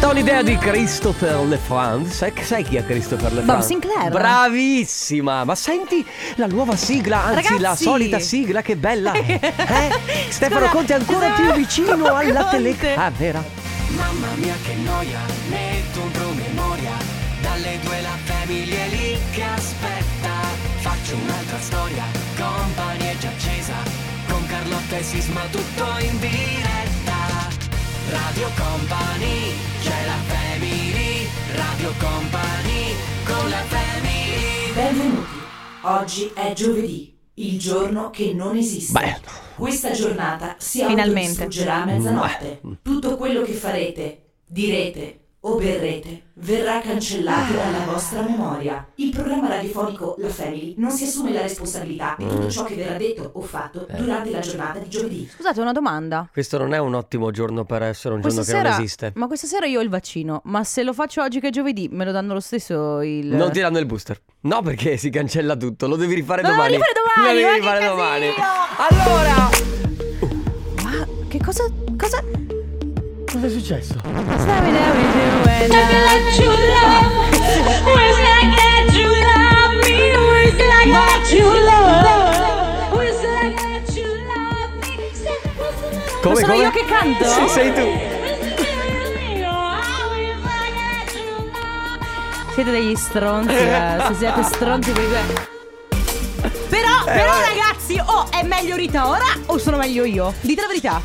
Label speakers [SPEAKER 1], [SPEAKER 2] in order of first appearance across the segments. [SPEAKER 1] Da un'idea di Christopher Lefranc. Sai, sai chi è Christopher Lefranc?
[SPEAKER 2] Sinclair.
[SPEAKER 1] Bravissima! Ma senti la nuova sigla, anzi
[SPEAKER 2] Ragazzi!
[SPEAKER 1] la solita sigla, che bella! Eh? Stefano
[SPEAKER 2] Scusa,
[SPEAKER 1] Conte è ancora
[SPEAKER 2] Stefano
[SPEAKER 1] più vicino alla Ah,
[SPEAKER 2] Conte.
[SPEAKER 1] telecamera.
[SPEAKER 3] Mamma mia che noia, metto un promemoria Dalle due la famiglia è lì che aspetta Faccio un'altra storia, compagnia è già accesa Con Carlotta e Sisma tutto in diretta Radio Company, c'è la family Radio Company, con la family
[SPEAKER 4] Benvenuti. Oggi è giovedì, il giorno che non esiste.
[SPEAKER 1] Beh.
[SPEAKER 4] Questa giornata si
[SPEAKER 2] Finalmente.
[SPEAKER 4] autodistruggerà a mezzanotte. Tutto quello che farete, direte o berrete verrà cancellato dalla vostra memoria. Il programma radiofonico La Family non si assume la responsabilità di tutto ciò che verrà detto o fatto durante la giornata di giovedì.
[SPEAKER 2] Scusate, una domanda.
[SPEAKER 1] Questo non è un ottimo giorno per essere un giorno
[SPEAKER 2] Questa
[SPEAKER 1] che
[SPEAKER 2] sera,
[SPEAKER 1] non esiste.
[SPEAKER 2] ma questa sera io ho il vaccino, ma se lo faccio oggi che è giovedì me lo danno lo stesso il...
[SPEAKER 1] Non ti danno il booster. No, perché si cancella tutto, lo devi rifare
[SPEAKER 2] Ma lo
[SPEAKER 1] domani.
[SPEAKER 2] devi fare domani,
[SPEAKER 1] Lo devi
[SPEAKER 2] ma che
[SPEAKER 1] rifare domani.
[SPEAKER 2] casino!
[SPEAKER 1] Allora!
[SPEAKER 2] Ma Ah, che cosa... cosa...
[SPEAKER 1] Cosa è successo? Come,
[SPEAKER 2] Ma sono
[SPEAKER 1] come?
[SPEAKER 2] io che canto?
[SPEAKER 1] Sì, sei tu.
[SPEAKER 2] Siete degli stronzi, eh. se siete stronzi voi due. Però, però
[SPEAKER 1] vabbè.
[SPEAKER 2] ragazzi, o è meglio Rita ora o sono meglio io? Dite la verità.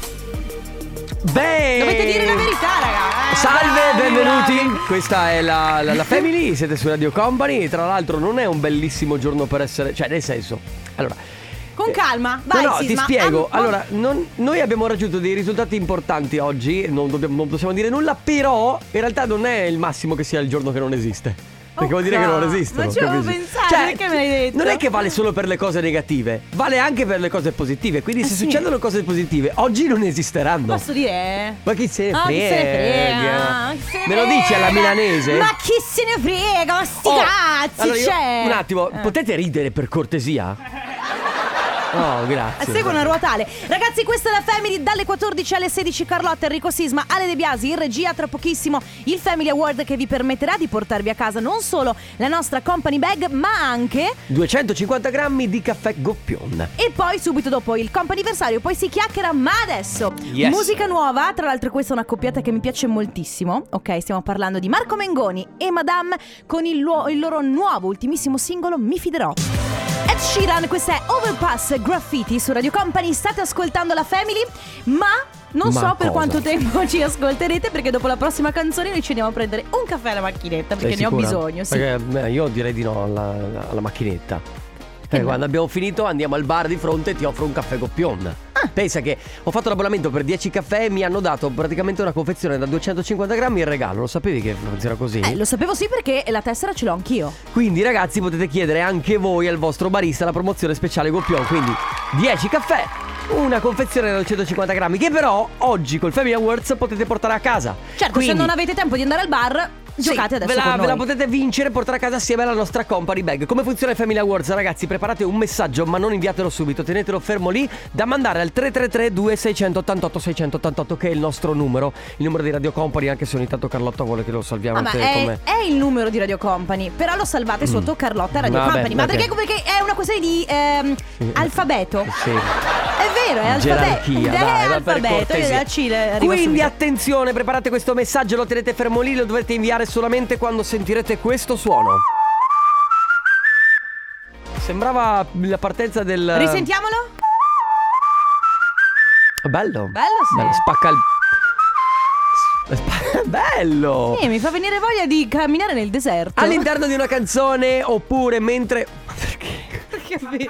[SPEAKER 1] Beh!
[SPEAKER 2] Dovete dire la verità, raga. Eh,
[SPEAKER 1] Salve,
[SPEAKER 2] bravi,
[SPEAKER 1] benvenuti.
[SPEAKER 2] bravi.
[SPEAKER 1] Questa è la, la, la Family, siete su Radio Company. Tra l'altro, non è un bellissimo giorno per essere. Cioè, nel senso. Allora.
[SPEAKER 2] Con
[SPEAKER 1] eh,
[SPEAKER 2] calma, vai.
[SPEAKER 1] no, no, ti
[SPEAKER 2] Sisma. Ah,
[SPEAKER 1] spiego.
[SPEAKER 2] Am-
[SPEAKER 1] allora, non- noi abbiamo raggiunto dei risultati importanti oggi, non, dobbiamo- non possiamo dire nulla, però in realtà non è il massimo che sia il giorno che non esiste. Perché
[SPEAKER 2] Oh,
[SPEAKER 1] vuol dire che non
[SPEAKER 2] no,
[SPEAKER 1] esistono.
[SPEAKER 2] non ci avevo
[SPEAKER 1] capisci? Cioè,
[SPEAKER 2] pensato, perché me l'hai detto?
[SPEAKER 1] Non è che vale solo per le cose negative, vale anche per le cose positive. Quindi, se
[SPEAKER 2] Ah, sì.
[SPEAKER 1] succedono cose positive, oggi non esisteranno.
[SPEAKER 2] Posso dire?
[SPEAKER 1] Ma chi se ne
[SPEAKER 2] Ah, chi se ne frega, Ah,
[SPEAKER 1] frega?
[SPEAKER 2] chi se ne
[SPEAKER 1] Me lo dici alla
[SPEAKER 2] frega.
[SPEAKER 1] milanese?
[SPEAKER 2] Ma chi se ne frega? Ma sti
[SPEAKER 1] Oh,
[SPEAKER 2] cazzi
[SPEAKER 1] allora io-
[SPEAKER 2] c'è!
[SPEAKER 1] Un attimo,
[SPEAKER 2] Eh.
[SPEAKER 1] potete ridere per cortesia? Oh, grazie.
[SPEAKER 2] Seguo una ruotale. Ragazzi, questa è la Family dalle 14 alle 16. Carlotta, Enrico Sisma, Ale De Biasi in regia. Tra pochissimo il Family Award che vi permetterà di portarvi a casa non solo la nostra company bag, ma anche.
[SPEAKER 1] 250 grammi di caffè goppion.
[SPEAKER 2] E poi subito dopo il comp'anniversario, poi si chiacchiera, ma adesso
[SPEAKER 1] Yes.
[SPEAKER 2] musica nuova, tra l'altro questa è una coppiata che mi piace moltissimo, ok? Stiamo parlando di Marco Mengoni e Madame con il, luo- il loro nuovo ultimissimo singolo Mi fiderò. Ed Sheeran, questa è Overpass Graffiti su Radio Company, state ascoltando la Family, ma non
[SPEAKER 1] Ma
[SPEAKER 2] so per
[SPEAKER 1] cosa?
[SPEAKER 2] quanto tempo ci ascolterete perché dopo la prossima canzone noi ci andiamo a prendere un caffè alla macchinetta perché
[SPEAKER 1] Sei
[SPEAKER 2] ne ho
[SPEAKER 1] sicura?
[SPEAKER 2] bisogno, sì.
[SPEAKER 1] Perché, beh, io direi di no alla, alla macchinetta.
[SPEAKER 2] Che
[SPEAKER 1] Eh,
[SPEAKER 2] no.
[SPEAKER 1] quando abbiamo finito andiamo al bar di fronte e ti offro un caffè goppion.
[SPEAKER 2] Ah.
[SPEAKER 1] Pensa che ho fatto l'abbonamento per 10 caffè e mi hanno dato praticamente una confezione da 250 grammi in regalo. Lo sapevi che funziona così?
[SPEAKER 2] Eh, lo sapevo sì perché la tessera ce l'ho anch'io.
[SPEAKER 1] Quindi ragazzi potete chiedere anche voi al vostro barista la promozione speciale Goppion, quindi 10 caffè, una confezione da 250 grammi che però oggi col Family Awards potete portare a casa.
[SPEAKER 2] Certo,
[SPEAKER 1] quindi,
[SPEAKER 2] se non avete tempo di andare al bar,
[SPEAKER 1] sì,
[SPEAKER 2] giocate adesso
[SPEAKER 1] ve la,
[SPEAKER 2] con
[SPEAKER 1] ve la
[SPEAKER 2] noi.
[SPEAKER 1] potete vincere e portare a casa assieme alla nostra company bag. Come funziona il Family Awards ragazzi? Preparate un messaggio ma non inviatelo subito, tenetelo fermo lì da mandare al 333 2688 688 che è il nostro numero, il numero di Radio Company anche se ogni tanto Carlotta vuole che lo salviamo
[SPEAKER 2] Ah, ma
[SPEAKER 1] te-
[SPEAKER 2] è,
[SPEAKER 1] come- Mm.
[SPEAKER 2] è il numero di Radio Company, però lo salvate sotto Carlotta Radio
[SPEAKER 1] Vabbè,
[SPEAKER 2] Company. Ma
[SPEAKER 1] ok.
[SPEAKER 2] perché, perché è una questione di ehm, alfabeto? eh,
[SPEAKER 1] Sì.
[SPEAKER 2] È vero, è alfabeto.
[SPEAKER 1] Gerarchia,
[SPEAKER 2] È
[SPEAKER 1] dai, va per
[SPEAKER 2] alfabeto, io
[SPEAKER 1] cortesia.
[SPEAKER 2] da Cile arrivo
[SPEAKER 1] Quindi
[SPEAKER 2] subito.
[SPEAKER 1] attenzione, preparate questo messaggio, lo tenete fermo lì, lo dovete inviare solamente quando sentirete questo suono. Sembrava la partenza del
[SPEAKER 2] Risentiamolo?
[SPEAKER 1] Bello.
[SPEAKER 2] Bello, sì.
[SPEAKER 1] spacca il Sp- Bello!
[SPEAKER 2] Sì, mi fa venire voglia di camminare nel deserto.
[SPEAKER 1] Oh. All'interno di una canzone oppure mentre Ma perché?
[SPEAKER 2] Perché vi-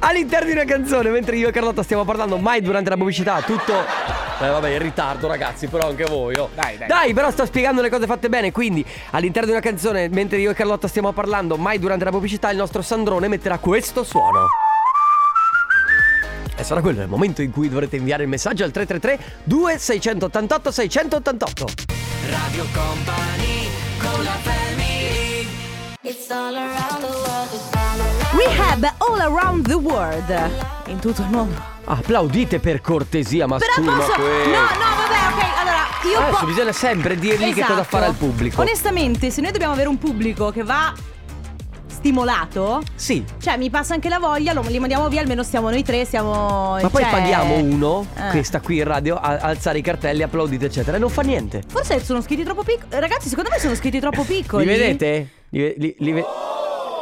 [SPEAKER 1] All'interno di una canzone, mentre io e Carlotta stiamo parlando, mai durante la pubblicità, tutto. Eh, vabbè, in ritardo, ragazzi, però anche voi, oh. Dai, dai. però sto spiegando le cose fatte bene. Quindi, all'interno di una canzone, mentre io e Carlotta stiamo parlando, mai durante la pubblicità, il nostro Sandrone metterà questo suono. E sarà quello il momento in cui dovrete inviare il messaggio al 333 2688 688.
[SPEAKER 3] Radio Company, con la family
[SPEAKER 2] We have all around the world. In tutto il mondo.
[SPEAKER 1] Applaudite per cortesia, ma
[SPEAKER 2] Però
[SPEAKER 1] scusa.
[SPEAKER 2] posso.
[SPEAKER 1] ma que-
[SPEAKER 2] No, no, vabbè, ok. Allora, Io
[SPEAKER 1] Adesso
[SPEAKER 2] po-
[SPEAKER 1] bisogna sempre dirgli che cosa
[SPEAKER 2] Esatto.
[SPEAKER 1] fare al pubblico.
[SPEAKER 2] Onestamente, se noi dobbiamo avere un pubblico che va stimolato,
[SPEAKER 1] sì.
[SPEAKER 2] cioè mi passa anche la voglia, lo, li mandiamo via, almeno stiamo noi tre, siamo...
[SPEAKER 1] Ma poi
[SPEAKER 2] cioè-
[SPEAKER 1] paghiamo uno
[SPEAKER 2] Eh.
[SPEAKER 1] che sta qui in radio a alzare i cartelli, applaudite, eccetera, e non fa niente.
[SPEAKER 2] Forse sono scritti troppo piccoli. Ragazzi, secondo me sono scritti troppo piccoli.
[SPEAKER 1] Li vedete? Li, ve- li- li ve-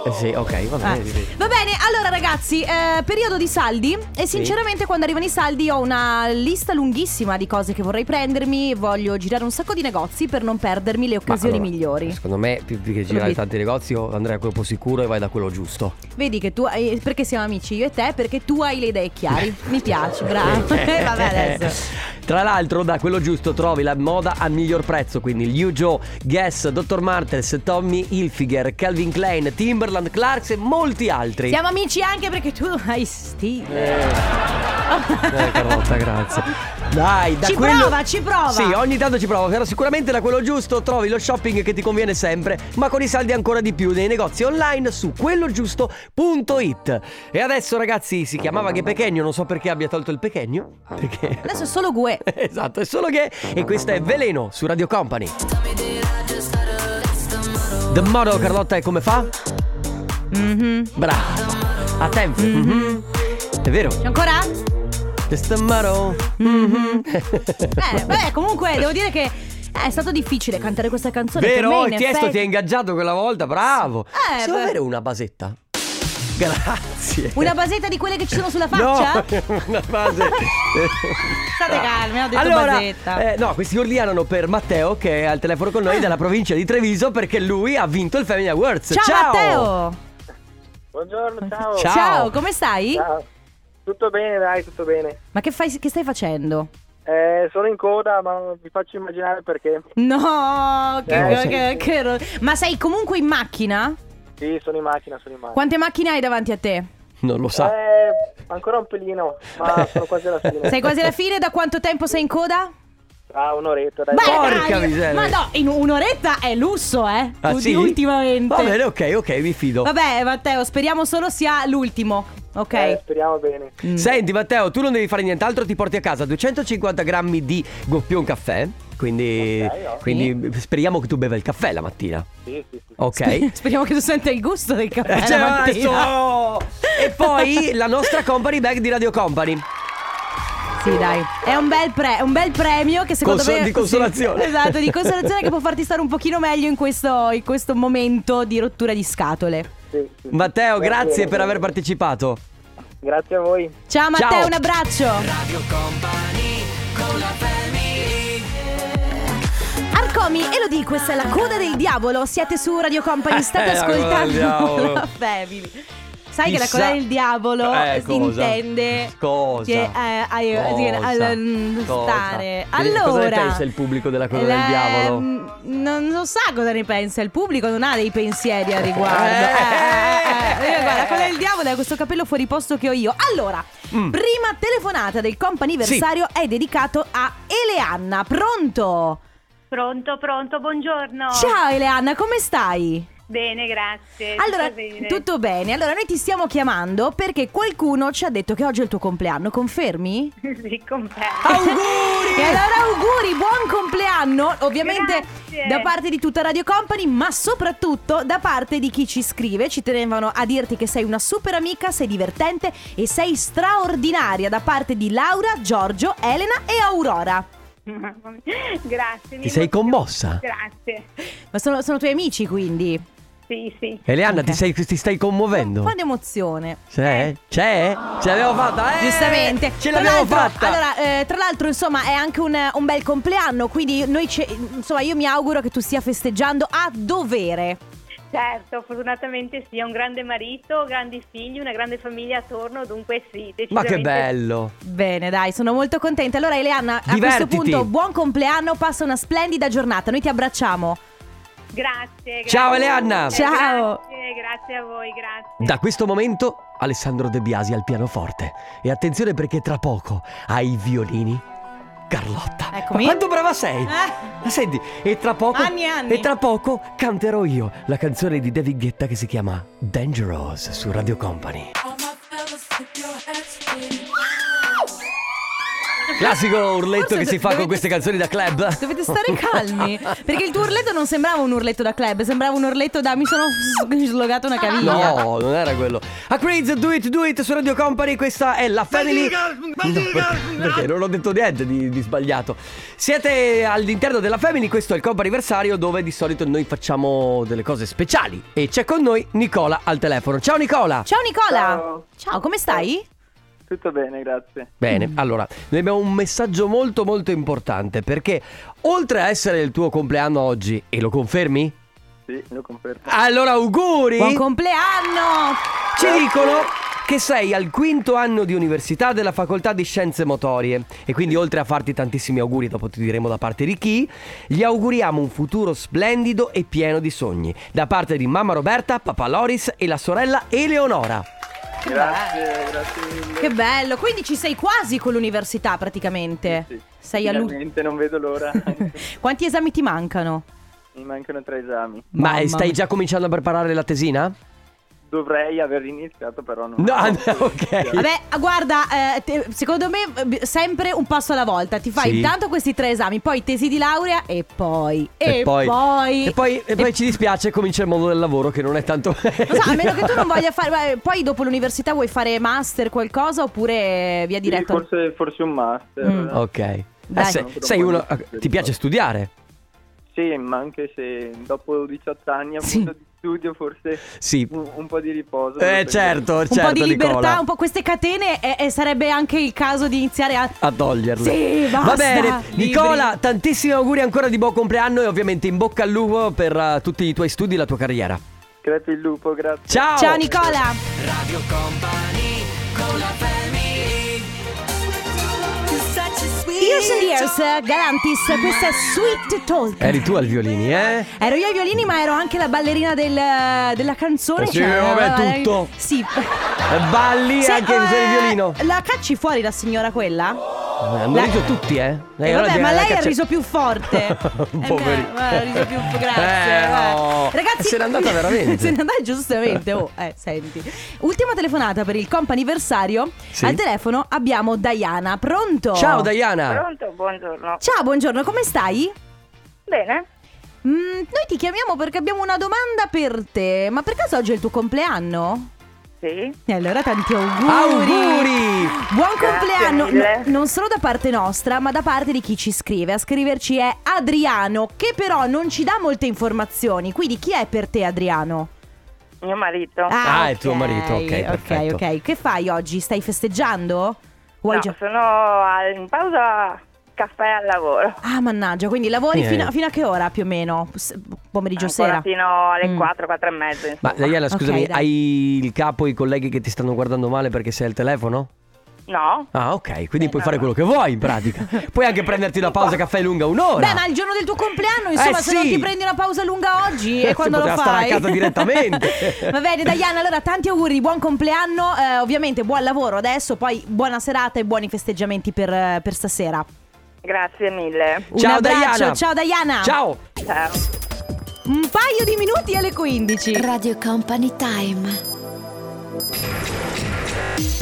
[SPEAKER 1] eh sì, ok, va bene. li vedo.
[SPEAKER 2] Eh. Va bene, allora ragazzi, eh, periodo di saldi e sinceramente quando arrivano i saldi ho una lista lunghissima di cose che vorrei prendermi, voglio girare un sacco di negozi per non perdermi le
[SPEAKER 1] Ma
[SPEAKER 2] occasioni
[SPEAKER 1] allora,
[SPEAKER 2] migliori.
[SPEAKER 1] Secondo me, più, più che girare
[SPEAKER 2] L'obiet-
[SPEAKER 1] tanti negozi, oh, io andrei a colpo sicuro e vai da quello giusto.
[SPEAKER 2] Vedi che tu hai, perché siamo amici io e te, perché tu hai le idee chiare. Mi piace, bravo. Eh, Vabbè adesso.
[SPEAKER 1] Tra l'altro, da quello giusto trovi la moda a miglior prezzo, quindi il Yujo, Guess, Dr. Martens, Tommy Hilfiger, Calvin Klein, Timberland, Clarks e molti altri.
[SPEAKER 2] Siamo amici anche perché tu hai stile.
[SPEAKER 1] Eh, Carlotta, grazie. Dai, da
[SPEAKER 2] Ci
[SPEAKER 1] quello-
[SPEAKER 2] prova, ci prova.
[SPEAKER 1] Sì, ogni tanto ci provo, però sicuramente da quello giusto trovi lo shopping che ti conviene sempre, ma con i saldi ancora di più nei negozi online su quellogiusto.it. E adesso ragazzi, si chiamava che pechegno, non so perché abbia tolto il pechegno, perché
[SPEAKER 2] Adesso è solo Gue.
[SPEAKER 1] Esatto, è solo che e questo è Veleno su Radio Company. The motto Carlotta è come fa?
[SPEAKER 2] Mhm.
[SPEAKER 1] Brava. A tempo.
[SPEAKER 2] Mm-hmm.
[SPEAKER 1] Mhm. È vero.
[SPEAKER 2] C'è ancora?
[SPEAKER 1] Just the motto.
[SPEAKER 2] Eh, vabbè, comunque devo dire che è stato difficile cantare questa canzone. per
[SPEAKER 1] Vero,
[SPEAKER 2] me,
[SPEAKER 1] il
[SPEAKER 2] in
[SPEAKER 1] Tiesto ti ha
[SPEAKER 2] effetti.
[SPEAKER 1] ingaggiato quella volta, bravo.
[SPEAKER 2] Eh,
[SPEAKER 1] Se
[SPEAKER 2] beh.
[SPEAKER 1] avere una basetta. Grazie.
[SPEAKER 2] Una basetta di quelle che ci sono sulla faccia?
[SPEAKER 1] No, una base.
[SPEAKER 2] State calmi, ho detto
[SPEAKER 1] allora,
[SPEAKER 2] basetta. Ah.
[SPEAKER 1] eh, no, questi urli erano per Matteo che è al telefono con noi dalla provincia di Treviso perché lui ha vinto il Family Awards.
[SPEAKER 2] Ciao,
[SPEAKER 1] Ciao,
[SPEAKER 2] Matteo!
[SPEAKER 5] Buongiorno, ciao.
[SPEAKER 1] Ciao.
[SPEAKER 2] come stai?
[SPEAKER 5] Ciao. Tutto bene, dai, tutto bene.
[SPEAKER 2] Ma che, fai- che stai facendo?
[SPEAKER 5] Eh, sono in coda, ma vi faccio immaginare perché.
[SPEAKER 2] No, che,
[SPEAKER 5] Eh, sì.
[SPEAKER 2] che- che ro- ma sei comunque in macchina?
[SPEAKER 5] Sì, sono in macchina, sono in macchina.
[SPEAKER 2] Quante macchine hai davanti a te?
[SPEAKER 1] Non lo sa.
[SPEAKER 5] Eh, ancora un pelino, ma sono quasi alla fine.
[SPEAKER 2] Sei quasi alla fine, da quanto tempo sei in coda?
[SPEAKER 5] Ah, un'oretta, dai.
[SPEAKER 2] Beh,
[SPEAKER 1] Porca
[SPEAKER 2] dai,
[SPEAKER 1] miseria.
[SPEAKER 2] Ma no, in un'oretta è lusso, eh?
[SPEAKER 1] Ah,
[SPEAKER 2] Ulti-
[SPEAKER 1] sì?
[SPEAKER 2] Ultimamente.
[SPEAKER 1] Va bene, ok, ok, mi fido.
[SPEAKER 2] Vabbè, Matteo, speriamo solo sia l'ultimo, ok?
[SPEAKER 5] Eh, speriamo bene.
[SPEAKER 1] Senti Matteo, tu non devi fare nient'altro, ti porti a casa 250 grammi di goppion caffè. Quindi,
[SPEAKER 5] Ok, ok.
[SPEAKER 1] quindi speriamo che tu beva il caffè la mattina.
[SPEAKER 5] Sì, sì, sì.
[SPEAKER 1] Ok?
[SPEAKER 2] Speriamo che tu senta il gusto del caffè
[SPEAKER 1] Eh,
[SPEAKER 2] la
[SPEAKER 1] cioè,
[SPEAKER 2] mattina.
[SPEAKER 1] adesso- E poi la nostra company bag di Radio Company.
[SPEAKER 2] Sì, dai. È un bel, pre- un bel premio che secondo
[SPEAKER 1] Conso-
[SPEAKER 2] me.
[SPEAKER 1] di consolazione.
[SPEAKER 2] Sì, esatto, di consolazione che può farti stare un pochino meglio in questo, in questo momento di rottura di scatole.
[SPEAKER 5] sì, sì.
[SPEAKER 1] Matteo,
[SPEAKER 5] Va
[SPEAKER 1] grazie
[SPEAKER 5] bene,
[SPEAKER 1] per
[SPEAKER 5] va
[SPEAKER 1] aver
[SPEAKER 5] bene.
[SPEAKER 1] partecipato.
[SPEAKER 5] Grazie a voi.
[SPEAKER 2] Ciao Matteo,
[SPEAKER 1] Ciao.
[SPEAKER 2] un abbraccio. Arcomi, e lo dico, questa è la coda del diavolo. Siete su Radio Company, state
[SPEAKER 1] Eh, la coda del diavolo.
[SPEAKER 2] ascoltando. La family. Sai che la
[SPEAKER 1] Chissà-
[SPEAKER 2] coda del diavolo
[SPEAKER 1] Eh,
[SPEAKER 2] si
[SPEAKER 1] cosa?
[SPEAKER 2] intende
[SPEAKER 1] Cosa?
[SPEAKER 2] che, eh, ai-
[SPEAKER 1] Cosa?
[SPEAKER 2] sì, al- mm,
[SPEAKER 1] Cosa?
[SPEAKER 2] stare.
[SPEAKER 1] Vedi,
[SPEAKER 2] Allora,
[SPEAKER 1] cosa ne pensa il pubblico della coda del
[SPEAKER 2] Eh,
[SPEAKER 1] diavolo?
[SPEAKER 2] mm, Non lo sa cosa ne pensa, il pubblico non ha dei pensieri a riguardo.
[SPEAKER 1] Eh,
[SPEAKER 2] Eh, eh, eh,
[SPEAKER 1] eh,
[SPEAKER 2] guarda, quella del diavolo è questo capello fuori posto che ho io. Allora,
[SPEAKER 1] Mm.
[SPEAKER 2] prima telefonata del comp'anniversario è dedicato a Eleanna. Pronto?
[SPEAKER 6] Pronto, pronto, buongiorno.
[SPEAKER 2] Ciao Eleanna, come stai?
[SPEAKER 6] Bene, grazie.
[SPEAKER 2] Allora,
[SPEAKER 6] tutto bene.
[SPEAKER 2] tutto bene. Allora, noi ti stiamo chiamando perché qualcuno ci ha detto che oggi è il tuo compleanno, confermi?
[SPEAKER 6] sì, con te.
[SPEAKER 2] E allora auguri, buon compleanno Ovviamente
[SPEAKER 6] Grazie.
[SPEAKER 2] da parte di tutta Radio Company Ma soprattutto da parte di chi ci scrive Ci tenevano a dirti che sei una super amica Sei divertente e sei straordinaria Da parte di Laura, Giorgio, Elena e Aurora
[SPEAKER 6] grazie. mi
[SPEAKER 1] Ti
[SPEAKER 6] emoziono.
[SPEAKER 1] sei commossa?
[SPEAKER 6] Grazie.
[SPEAKER 2] Ma sono, sono tuoi amici quindi
[SPEAKER 6] Sì, sì.
[SPEAKER 1] Elianna,
[SPEAKER 2] Ok.
[SPEAKER 1] ti, sei- ti stai commuovendo?
[SPEAKER 2] Un po' di emozione
[SPEAKER 1] C'è? C'è? Ce l'abbiamo fatta, eh?
[SPEAKER 2] Giustamente
[SPEAKER 1] Ce
[SPEAKER 2] Tra
[SPEAKER 1] l'abbiamo
[SPEAKER 2] l'altro-
[SPEAKER 1] fatta!
[SPEAKER 2] Allora eh, tra l'altro insomma è anche un, un bel compleanno Quindi noi ci- insomma io mi auguro che tu stia festeggiando a dovere
[SPEAKER 6] Certo, fortunatamente sì, ho un grande marito, grandi figli, una grande famiglia attorno, dunque sì, decisamente.
[SPEAKER 1] Ma che bello!
[SPEAKER 2] Bene, dai, sono molto contenta. Allora, Eleanna, a questo
[SPEAKER 1] Divertiti.
[SPEAKER 2] punto, buon compleanno, passa una splendida giornata. Noi ti abbracciamo.
[SPEAKER 6] Grazie. grazie.
[SPEAKER 1] Ciao, Eleanna.
[SPEAKER 6] Eh,
[SPEAKER 2] Ciao.
[SPEAKER 6] Grazie, grazie a voi, grazie.
[SPEAKER 1] Da questo momento Alessandro De Biasi al pianoforte. E attenzione perché tra poco ai violini Carlotta.
[SPEAKER 2] Eccomi.
[SPEAKER 1] Ma quanto brava sei!
[SPEAKER 2] Eh.
[SPEAKER 1] Ma senti, e tra poco
[SPEAKER 2] Anni e anni.
[SPEAKER 1] e tra poco canterò io la canzone di David Guetta che si chiama Dangerous su Radio Company. Classico urletto
[SPEAKER 2] Forse
[SPEAKER 1] che si fa con
[SPEAKER 2] dovete-
[SPEAKER 1] queste canzoni da club.
[SPEAKER 2] Dovete stare calmi. Perché il tuo urletto non sembrava un urletto da club, sembrava un urletto da mi sono slogato una caviglia.
[SPEAKER 1] No, non era quello. A Craze, do it, do it su Radio Company. Questa è la Family. No, perché non ho detto niente di, di sbagliato. Siete all'interno della Family. Questo è il compo anniversario dove di solito noi facciamo delle cose speciali. E c'è con noi Nicola al telefono. Ciao Nicola.
[SPEAKER 2] Ciao Nicola!
[SPEAKER 5] Ciao.
[SPEAKER 2] come stai?
[SPEAKER 5] Tutto bene, grazie.
[SPEAKER 1] Bene, allora, noi abbiamo un messaggio molto molto importante perché oltre a essere il tuo compleanno oggi, e lo confermi?
[SPEAKER 5] Sì, lo confermo.
[SPEAKER 1] Allora auguri!
[SPEAKER 2] Buon compleanno!
[SPEAKER 1] Ci dicono che sei al quinto anno di università della facoltà di scienze motorie e quindi oltre a farti tantissimi auguri, dopo ti diremo da parte di chi, gli auguriamo un futuro splendido e pieno di sogni da parte di mamma Roberta, papà Loris e la sorella Eleonora. Ah.
[SPEAKER 5] Grazie, grazie mille.
[SPEAKER 2] Che bello! Quindi ci sei quasi con l'università praticamente.
[SPEAKER 5] Sì,
[SPEAKER 2] Sei all'u-
[SPEAKER 5] Finalmente, non vedo l'ora.
[SPEAKER 2] Quanti esami ti mancano?
[SPEAKER 5] Mi mancano tre esami.
[SPEAKER 1] Ma
[SPEAKER 2] Mamma
[SPEAKER 1] stai
[SPEAKER 2] mia.
[SPEAKER 1] già cominciando a preparare la tesina?
[SPEAKER 5] Dovrei aver iniziato, però non
[SPEAKER 1] No,
[SPEAKER 5] ho
[SPEAKER 1] no, ok.
[SPEAKER 2] Vabbè, ah, guarda, eh, te- secondo me eh, b- sempre un passo alla volta. Ti fai
[SPEAKER 1] Sì.
[SPEAKER 2] intanto questi tre esami, poi tesi di laurea e poi. E,
[SPEAKER 1] e poi, e poi ci dispiace comincia il mondo del lavoro che non è tanto...
[SPEAKER 2] Non so, a meno che tu non voglia fare. ma, eh, Poi dopo l'università vuoi fare master, qualcosa oppure via
[SPEAKER 5] Sì,
[SPEAKER 2] diretto?
[SPEAKER 5] forse, forse un master.
[SPEAKER 2] Mm.
[SPEAKER 1] Ok. Eh,
[SPEAKER 2] Dai.
[SPEAKER 1] sei- sei uno... eh, Ti piace studiare?
[SPEAKER 5] Sì, ma anche se dopo 18 anni
[SPEAKER 2] Sì.
[SPEAKER 5] appunto di studio forse
[SPEAKER 1] Sì.
[SPEAKER 5] un, un po' di riposo.
[SPEAKER 1] Eh certo,
[SPEAKER 2] un
[SPEAKER 1] certo
[SPEAKER 2] po' di libertà,
[SPEAKER 1] Nicola.
[SPEAKER 2] un po' queste catene e, e sarebbe anche il caso di iniziare a.
[SPEAKER 1] a toglierle.
[SPEAKER 2] Sì, basta.
[SPEAKER 1] Va bene,
[SPEAKER 2] Libri.
[SPEAKER 1] Nicola, tantissimi auguri ancora di buon compleanno e ovviamente in bocca al lupo per eh, tutti i tuoi studi e la tua carriera.
[SPEAKER 5] Crepi il lupo, grazie.
[SPEAKER 1] Ciao!
[SPEAKER 2] Ciao Nicola! Years and Years, eh, Galantis, questa è Sweet Talk.
[SPEAKER 1] Eri tu al violini, eh?
[SPEAKER 2] Ero io ai violini, ma ero anche la ballerina del- della canzone. cioè, eh,
[SPEAKER 1] Sì, vabbè, tutto.
[SPEAKER 2] Sì.
[SPEAKER 1] E Balli
[SPEAKER 2] Se-
[SPEAKER 1] anche se il
[SPEAKER 2] eh,
[SPEAKER 1] violino. Eh,
[SPEAKER 2] La cacci fuori la signora quella?
[SPEAKER 1] Hanno
[SPEAKER 2] la-
[SPEAKER 1] riso tutti, eh?
[SPEAKER 2] Eh,
[SPEAKER 1] allora
[SPEAKER 2] vabbè,
[SPEAKER 1] direi
[SPEAKER 2] ma
[SPEAKER 1] la
[SPEAKER 2] lei ha
[SPEAKER 1] caccia-
[SPEAKER 2] riso più forte. Eh,
[SPEAKER 1] Poverino.
[SPEAKER 2] beh, guarda, ha riso più grazie.
[SPEAKER 1] Eh,
[SPEAKER 2] guarda.
[SPEAKER 1] no.
[SPEAKER 2] Ragazzi,
[SPEAKER 1] Se n'è andata veramente.
[SPEAKER 2] se n'è andata giustamente. Oh, eh, senti. Ultima telefonata per il comp anniversario.
[SPEAKER 1] Sì.
[SPEAKER 2] Al telefono abbiamo Diana. Pronto?
[SPEAKER 1] Ciao Diana!
[SPEAKER 7] Pronto, buongiorno.
[SPEAKER 2] Ciao, buongiorno, come stai?
[SPEAKER 7] Bene,
[SPEAKER 2] Mm, noi ti chiamiamo perché abbiamo una domanda per te. Ma per caso oggi è il tuo compleanno?
[SPEAKER 7] sì.
[SPEAKER 2] E allora tanti auguri.
[SPEAKER 1] Auguri!
[SPEAKER 2] Buon compleanno,
[SPEAKER 7] mille.
[SPEAKER 2] no- non solo da parte nostra, ma da parte di chi ci scrive. A scriverci è Adriano, che però non ci dà molte informazioni. Quindi chi è per te Adriano?
[SPEAKER 7] Mio marito.
[SPEAKER 1] Ah, è
[SPEAKER 2] ok,
[SPEAKER 1] tuo marito, ok,
[SPEAKER 2] Ok,
[SPEAKER 1] perfetto.
[SPEAKER 2] ok. Che fai oggi? Stai festeggiando? Vuoi
[SPEAKER 7] no,
[SPEAKER 2] già-
[SPEAKER 7] sono al- in pausa caffè al lavoro.
[SPEAKER 2] Ah, mannaggia, quindi lavori
[SPEAKER 1] Eh.
[SPEAKER 2] fino, a- fino a che ora più o meno? S- pomeriggio,
[SPEAKER 7] Ancora
[SPEAKER 2] sera?
[SPEAKER 7] fino alle
[SPEAKER 2] Mm.
[SPEAKER 7] 4, 4 e mezza.
[SPEAKER 1] Ma
[SPEAKER 7] insomma.
[SPEAKER 1] Diana,
[SPEAKER 2] Ok,
[SPEAKER 1] scusami,
[SPEAKER 2] dai.
[SPEAKER 1] hai il capo e i colleghi che ti stanno guardando male perché sei al telefono?
[SPEAKER 7] No?
[SPEAKER 1] Ah, ok, quindi
[SPEAKER 2] Eh,
[SPEAKER 1] puoi
[SPEAKER 2] no,
[SPEAKER 1] fare
[SPEAKER 2] no.
[SPEAKER 1] quello che vuoi in pratica. Puoi anche prenderti la pausa caffè lunga un'ora.
[SPEAKER 2] Beh, ma il giorno del tuo compleanno, insomma,
[SPEAKER 1] Eh,
[SPEAKER 2] se non
[SPEAKER 1] sì.
[SPEAKER 2] ti prendi una pausa lunga oggi
[SPEAKER 1] Si
[SPEAKER 2] e quando lo
[SPEAKER 1] poteva
[SPEAKER 2] fai.
[SPEAKER 1] stare a casa direttamente.
[SPEAKER 2] Va bene, Diana, allora tanti auguri, buon compleanno, eh, ovviamente buon lavoro adesso, poi buona serata e buoni festeggiamenti per, eh, per stasera.
[SPEAKER 7] Grazie mille.
[SPEAKER 2] Un
[SPEAKER 1] Ciao
[SPEAKER 2] abbraccio,
[SPEAKER 1] Diana.
[SPEAKER 2] ciao Diana.
[SPEAKER 1] Ciao.
[SPEAKER 7] Ciao.
[SPEAKER 2] Un paio di minuti alle 15.
[SPEAKER 8] Radio Company Time.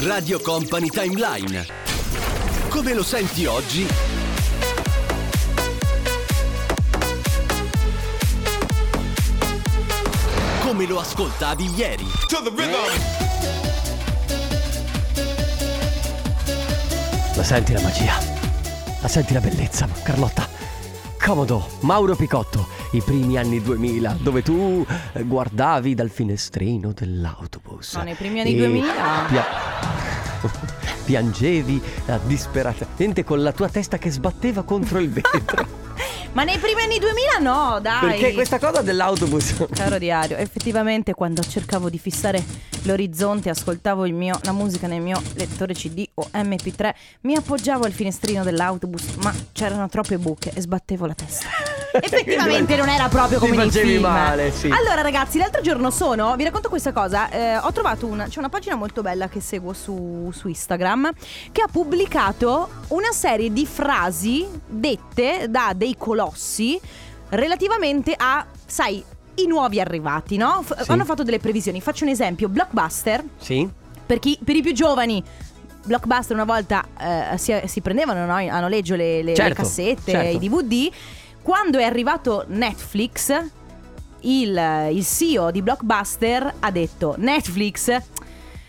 [SPEAKER 9] Radio Company Timeline. Come lo senti oggi? Come lo ascoltavi ieri?
[SPEAKER 1] La senti la magia? La senti la bellezza, Carlotta? Comodo, Mauro Picotto, i primi anni 2000, dove tu eh, guardavi dal finestrino dell'autobus.
[SPEAKER 2] No, nei primi anni
[SPEAKER 1] E
[SPEAKER 2] 2000.
[SPEAKER 1] pia- piangevi eh, disperatamente con la tua testa che sbatteva contro il vetro.
[SPEAKER 2] Ma nei primi anni 2000 no, dai.
[SPEAKER 1] Perché questa cosa dell'autobus...
[SPEAKER 2] Caro diario, effettivamente quando cercavo di fissare l'orizzonte, ascoltavo il mio- la musica nel mio lettore CD o MP3, mi appoggiavo al finestrino dell'autobus, ma c'erano troppe buche e sbattevo la testa. Effettivamente non era proprio
[SPEAKER 1] Ti
[SPEAKER 2] come nei
[SPEAKER 1] facevi
[SPEAKER 2] film.
[SPEAKER 1] male, sì.
[SPEAKER 2] Allora ragazzi, l'altro giorno sono, vi racconto questa cosa, eh, ho trovato una, c'è una pagina molto bella che seguo su, su Instagram che ha pubblicato una serie di frasi dette da dei colossi relativamente a, sai, i nuovi arrivati, no? F-
[SPEAKER 1] Sì.
[SPEAKER 2] Hanno fatto delle previsioni. Faccio un esempio: Blockbuster,
[SPEAKER 1] Sì?
[SPEAKER 2] per, chi, per i più giovani. blockbuster una volta eh, si, si prendevano no, a noleggio le, le- le
[SPEAKER 1] Certo,
[SPEAKER 2] cassette,
[SPEAKER 1] certo.
[SPEAKER 2] i DVD. Quando è arrivato Netflix, il, il CEO di Blockbuster ha detto Netflix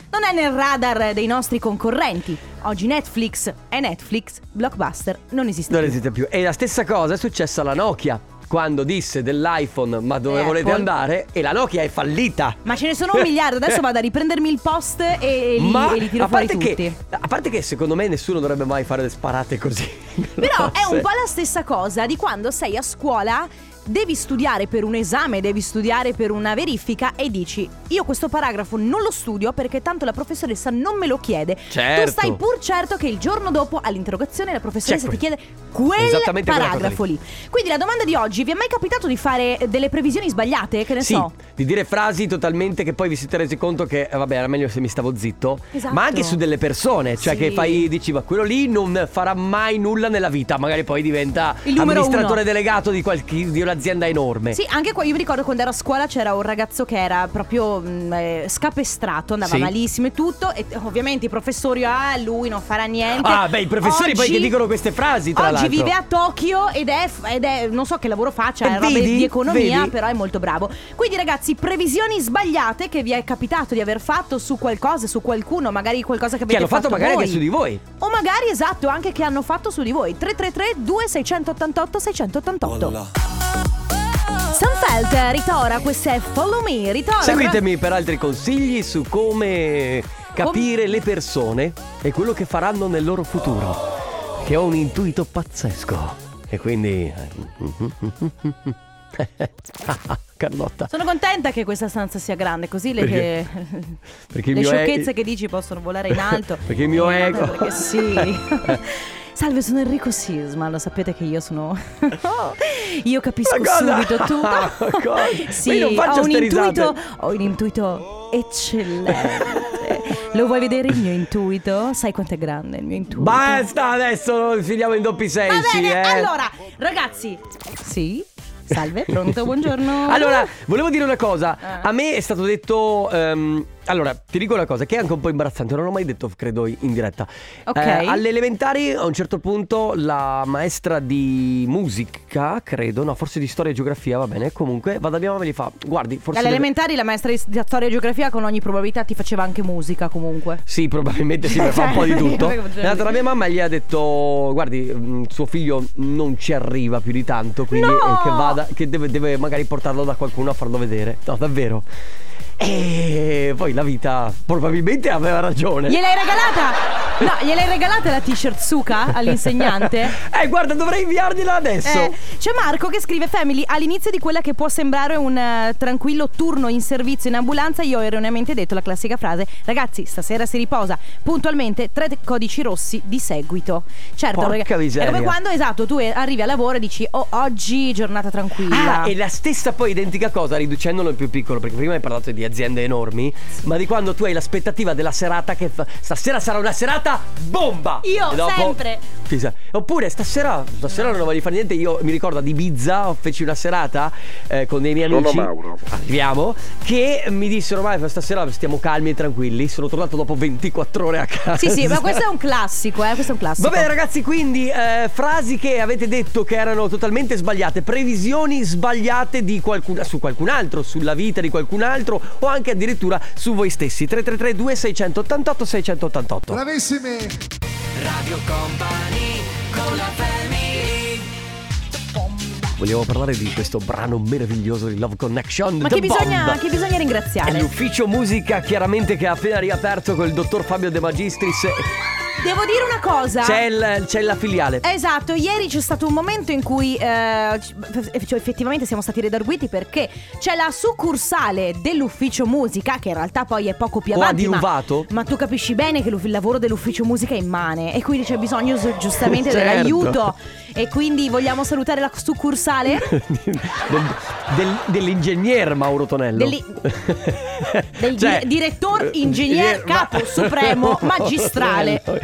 [SPEAKER 2] non è nel radar dei nostri concorrenti. Oggi Netflix è Netflix, Blockbuster non esiste.
[SPEAKER 1] Non
[SPEAKER 2] più."
[SPEAKER 1] esiste più. E la stessa cosa è successa alla Nokia. Quando disse dell'iPhone ma dove
[SPEAKER 2] Eh,
[SPEAKER 1] volete
[SPEAKER 2] Apple.
[SPEAKER 1] andare? E la Nokia è fallita.
[SPEAKER 2] Ma ce ne sono un miliardo, adesso vado a riprendermi il post e, e li,
[SPEAKER 1] ma
[SPEAKER 2] e li tiro
[SPEAKER 1] a parte
[SPEAKER 2] fuori tutti.
[SPEAKER 1] che a parte che secondo me nessuno dovrebbe mai fare le sparate così.
[SPEAKER 2] Però è un
[SPEAKER 1] grosse.
[SPEAKER 2] po' la stessa cosa di quando sei a scuola, devi studiare per un esame, devi studiare per una verifica e dici io questo paragrafo non lo studio perché tanto la professoressa non me lo chiede.
[SPEAKER 1] Certo.
[SPEAKER 2] Tu stai pur certo che il giorno dopo all'interrogazione la professoressa
[SPEAKER 1] C'è
[SPEAKER 2] ti
[SPEAKER 1] quel-
[SPEAKER 2] chiede quel
[SPEAKER 1] Certo. Esattamente quella cosa
[SPEAKER 2] paragrafo lì. Quindi la domanda di oggi, vi è mai capitato di fare eh, delle previsioni sbagliate? Che ne
[SPEAKER 1] Sì,
[SPEAKER 2] so.
[SPEAKER 1] di dire frasi totalmente che poi vi siete resi conto che, eh, vabbè, era meglio se mi stavo zitto.
[SPEAKER 2] Esatto.
[SPEAKER 1] Ma anche su delle persone, cioè
[SPEAKER 2] Sì.
[SPEAKER 1] che fai, dici, ma quello lì non farà mai nulla nella vita, magari poi diventa
[SPEAKER 2] Il numero
[SPEAKER 1] amministratore
[SPEAKER 2] uno.
[SPEAKER 1] delegato di, qualche- di un'azienda enorme.
[SPEAKER 2] Sì, anche qua io mi ricordo quando ero a scuola c'era un ragazzo che era proprio mh, eh, scapestrato, andava
[SPEAKER 1] Sì.
[SPEAKER 2] malissimo e tutto e eh, ovviamente i professori, ah lui non farà niente.
[SPEAKER 1] Ah, beh, i professori poi
[SPEAKER 2] Oggi-
[SPEAKER 1] che dicono queste frasi, tra
[SPEAKER 2] Oggi
[SPEAKER 1] l'altro.
[SPEAKER 2] vive a Tokyo ed è, ed è- non so che lavoro faccia,
[SPEAKER 1] Eh,
[SPEAKER 2] è roba
[SPEAKER 1] vedi?
[SPEAKER 2] di economia,
[SPEAKER 1] Vedi?
[SPEAKER 2] però è molto bravo. Quindi ragazzi, previsioni sbagliate che vi è capitato di aver fatto su qualcosa, su qualcuno, magari qualcosa che
[SPEAKER 1] Che
[SPEAKER 2] avete
[SPEAKER 1] hanno fatto magari
[SPEAKER 2] voi.
[SPEAKER 1] anche su di voi.
[SPEAKER 2] O magari esatto, anche che hanno fatto su di voi. 333 2688 688. Sanfelt ritora, questo è Follow Me, ritora.
[SPEAKER 1] Seguitemi per altri consigli su come capire le persone e quello che faranno nel loro futuro. Che ho un intuito pazzesco. E quindi. eh, Carlotta.
[SPEAKER 2] Sono contenta che questa stanza sia grande, così le,
[SPEAKER 1] Perché-
[SPEAKER 2] che-
[SPEAKER 1] perché il
[SPEAKER 2] le
[SPEAKER 1] mio e-
[SPEAKER 2] sciocchezze che dici possono volare in alto.
[SPEAKER 1] Perché il mio
[SPEAKER 2] Eh,
[SPEAKER 1] ego.
[SPEAKER 2] Perché sì. Salve, sono Enrico Sisma, lo sapete che io sono... io capisco
[SPEAKER 1] Ma cosa?
[SPEAKER 2] subito
[SPEAKER 1] Ma
[SPEAKER 2] tutto.
[SPEAKER 1] cosa? Ma
[SPEAKER 2] sì,
[SPEAKER 1] io non faccio
[SPEAKER 2] ho un
[SPEAKER 1] ste
[SPEAKER 2] intuito...
[SPEAKER 1] risate.
[SPEAKER 2] Ho un intuito eccellente. lo vuoi vedere il mio intuito? Sai quanto è grande il mio intuito?
[SPEAKER 1] Basta adesso, non finiamo in doppi
[SPEAKER 2] Va
[SPEAKER 1] sensi.
[SPEAKER 2] bene,
[SPEAKER 1] eh.
[SPEAKER 2] allora, ragazzi. Sì, salve, pronto, buongiorno.
[SPEAKER 1] Allora, volevo dire una cosa.
[SPEAKER 2] Ah.
[SPEAKER 1] A me è stato detto. ehm, allora, ti dico una cosa che è anche un po' imbarazzante, non l'ho mai detto, credo, in diretta.
[SPEAKER 2] Ok.
[SPEAKER 1] alle elementari, a un certo punto, la maestra di musica, credo, no, forse di storia e geografia, va bene. Comunque, vada mia mamma e gli fa: Guardi, forse.
[SPEAKER 2] Alle
[SPEAKER 1] deve-
[SPEAKER 2] elementari la maestra di di storia e geografia con ogni probabilità ti faceva anche musica comunque.
[SPEAKER 1] Sì, probabilmente sì, perché fa un po' di tutto. È andata da mia mamma e gli ha detto: Guardi, mh, suo figlio non ci arriva più di tanto, quindi
[SPEAKER 2] No!
[SPEAKER 1] eh, che vada, che deve, deve magari portarlo da qualcuno a farlo vedere. No, davvero. E poi la vita probabilmente aveva ragione.
[SPEAKER 2] Gliel'hai regalata? No, gliel'hai regalata la t-shirt Suka all'insegnante?
[SPEAKER 1] eh, guarda, dovrei inviargliela adesso.
[SPEAKER 2] Eh, c'è Marco che scrive Family all'inizio di quella che può sembrare un eh, tranquillo turno in servizio in ambulanza io ho erroneamente detto la classica frase ragazzi stasera si riposa puntualmente tre codici rossi di seguito certo
[SPEAKER 1] Porca
[SPEAKER 2] perché-
[SPEAKER 1] miseria.
[SPEAKER 2] è come quando esatto tu eh, arrivi al lavoro e dici oh oggi giornata tranquilla
[SPEAKER 1] Ah, e la stessa poi identica cosa riducendolo in più piccolo, perché prima hai parlato di aziende enormi, ma di quando tu hai l'aspettativa della serata che fa- stasera sarà una serata bomba!
[SPEAKER 2] Io,
[SPEAKER 1] E dopo-
[SPEAKER 2] sempre.
[SPEAKER 1] Sì, sa- Oppure stasera, stasera non voglio fare niente, io mi ricordo ad Ibiza, feci una serata eh, con dei miei
[SPEAKER 5] Sono
[SPEAKER 1] amici.
[SPEAKER 5] Mauro.
[SPEAKER 1] Arriviamo, che mi dissero, ma stasera stiamo calmi e tranquilli, sono tornato dopo 24 ore a casa.
[SPEAKER 2] sì sì ma questo è un classico eh questo è un classico
[SPEAKER 1] Va bene ragazzi, quindi eh, frasi che avete detto che erano totalmente sbagliate, previsioni sbagliate di qualcun, su qualcun altro, sulla vita di qualcun altro o anche addirittura su voi stessi. 3332 688 688.
[SPEAKER 10] Bravissimi!
[SPEAKER 1] Vogliamo parlare di questo brano meraviglioso di Love Connection.
[SPEAKER 2] ma
[SPEAKER 1] The
[SPEAKER 2] che bisogna,
[SPEAKER 1] Bomb.
[SPEAKER 2] che bisogna
[SPEAKER 1] È
[SPEAKER 2] ringraziare
[SPEAKER 1] l'ufficio musica chiaramente che ha appena riaperto col dottor Fabio De Magistris.
[SPEAKER 2] devo dire una cosa
[SPEAKER 1] C'è, il- c'è la filiale.
[SPEAKER 2] Esatto, ieri c'è stato un momento in cui eh, c- f- cioè, effettivamente siamo stati redarguiti perché c'è la succursale dell'ufficio musica, che in realtà poi è poco più
[SPEAKER 1] O ha
[SPEAKER 2] avanti. ma-
[SPEAKER 1] diluvato?
[SPEAKER 2] Ma, tu capisci bene che l'uf- il lavoro dell'ufficio musica è immane e quindi c'è bisogno su- giustamente
[SPEAKER 1] Certo.
[SPEAKER 2] dell'aiuto. E quindi vogliamo salutare la succursale
[SPEAKER 1] Del- del- dell'ingegner Mauro Tonello.
[SPEAKER 2] Degli- del
[SPEAKER 1] Cioè,
[SPEAKER 2] di- direttore,
[SPEAKER 1] eh,
[SPEAKER 2] ingegner,
[SPEAKER 1] ingegner-
[SPEAKER 2] capo,
[SPEAKER 1] ma- Eh,
[SPEAKER 2] supremo, magistrale. Mauro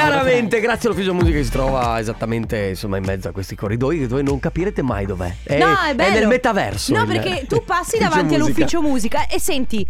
[SPEAKER 1] Chiaramente, grazie all'ufficio musica che si trova esattamente insomma in mezzo a questi corridoi dove non capirete mai dov'è. È,
[SPEAKER 2] no, è bello.
[SPEAKER 1] nel metaverso.
[SPEAKER 2] No,
[SPEAKER 1] il-
[SPEAKER 2] perché tu passi
[SPEAKER 1] l'ufficio
[SPEAKER 2] davanti
[SPEAKER 1] musica.
[SPEAKER 2] all'ufficio musica e senti.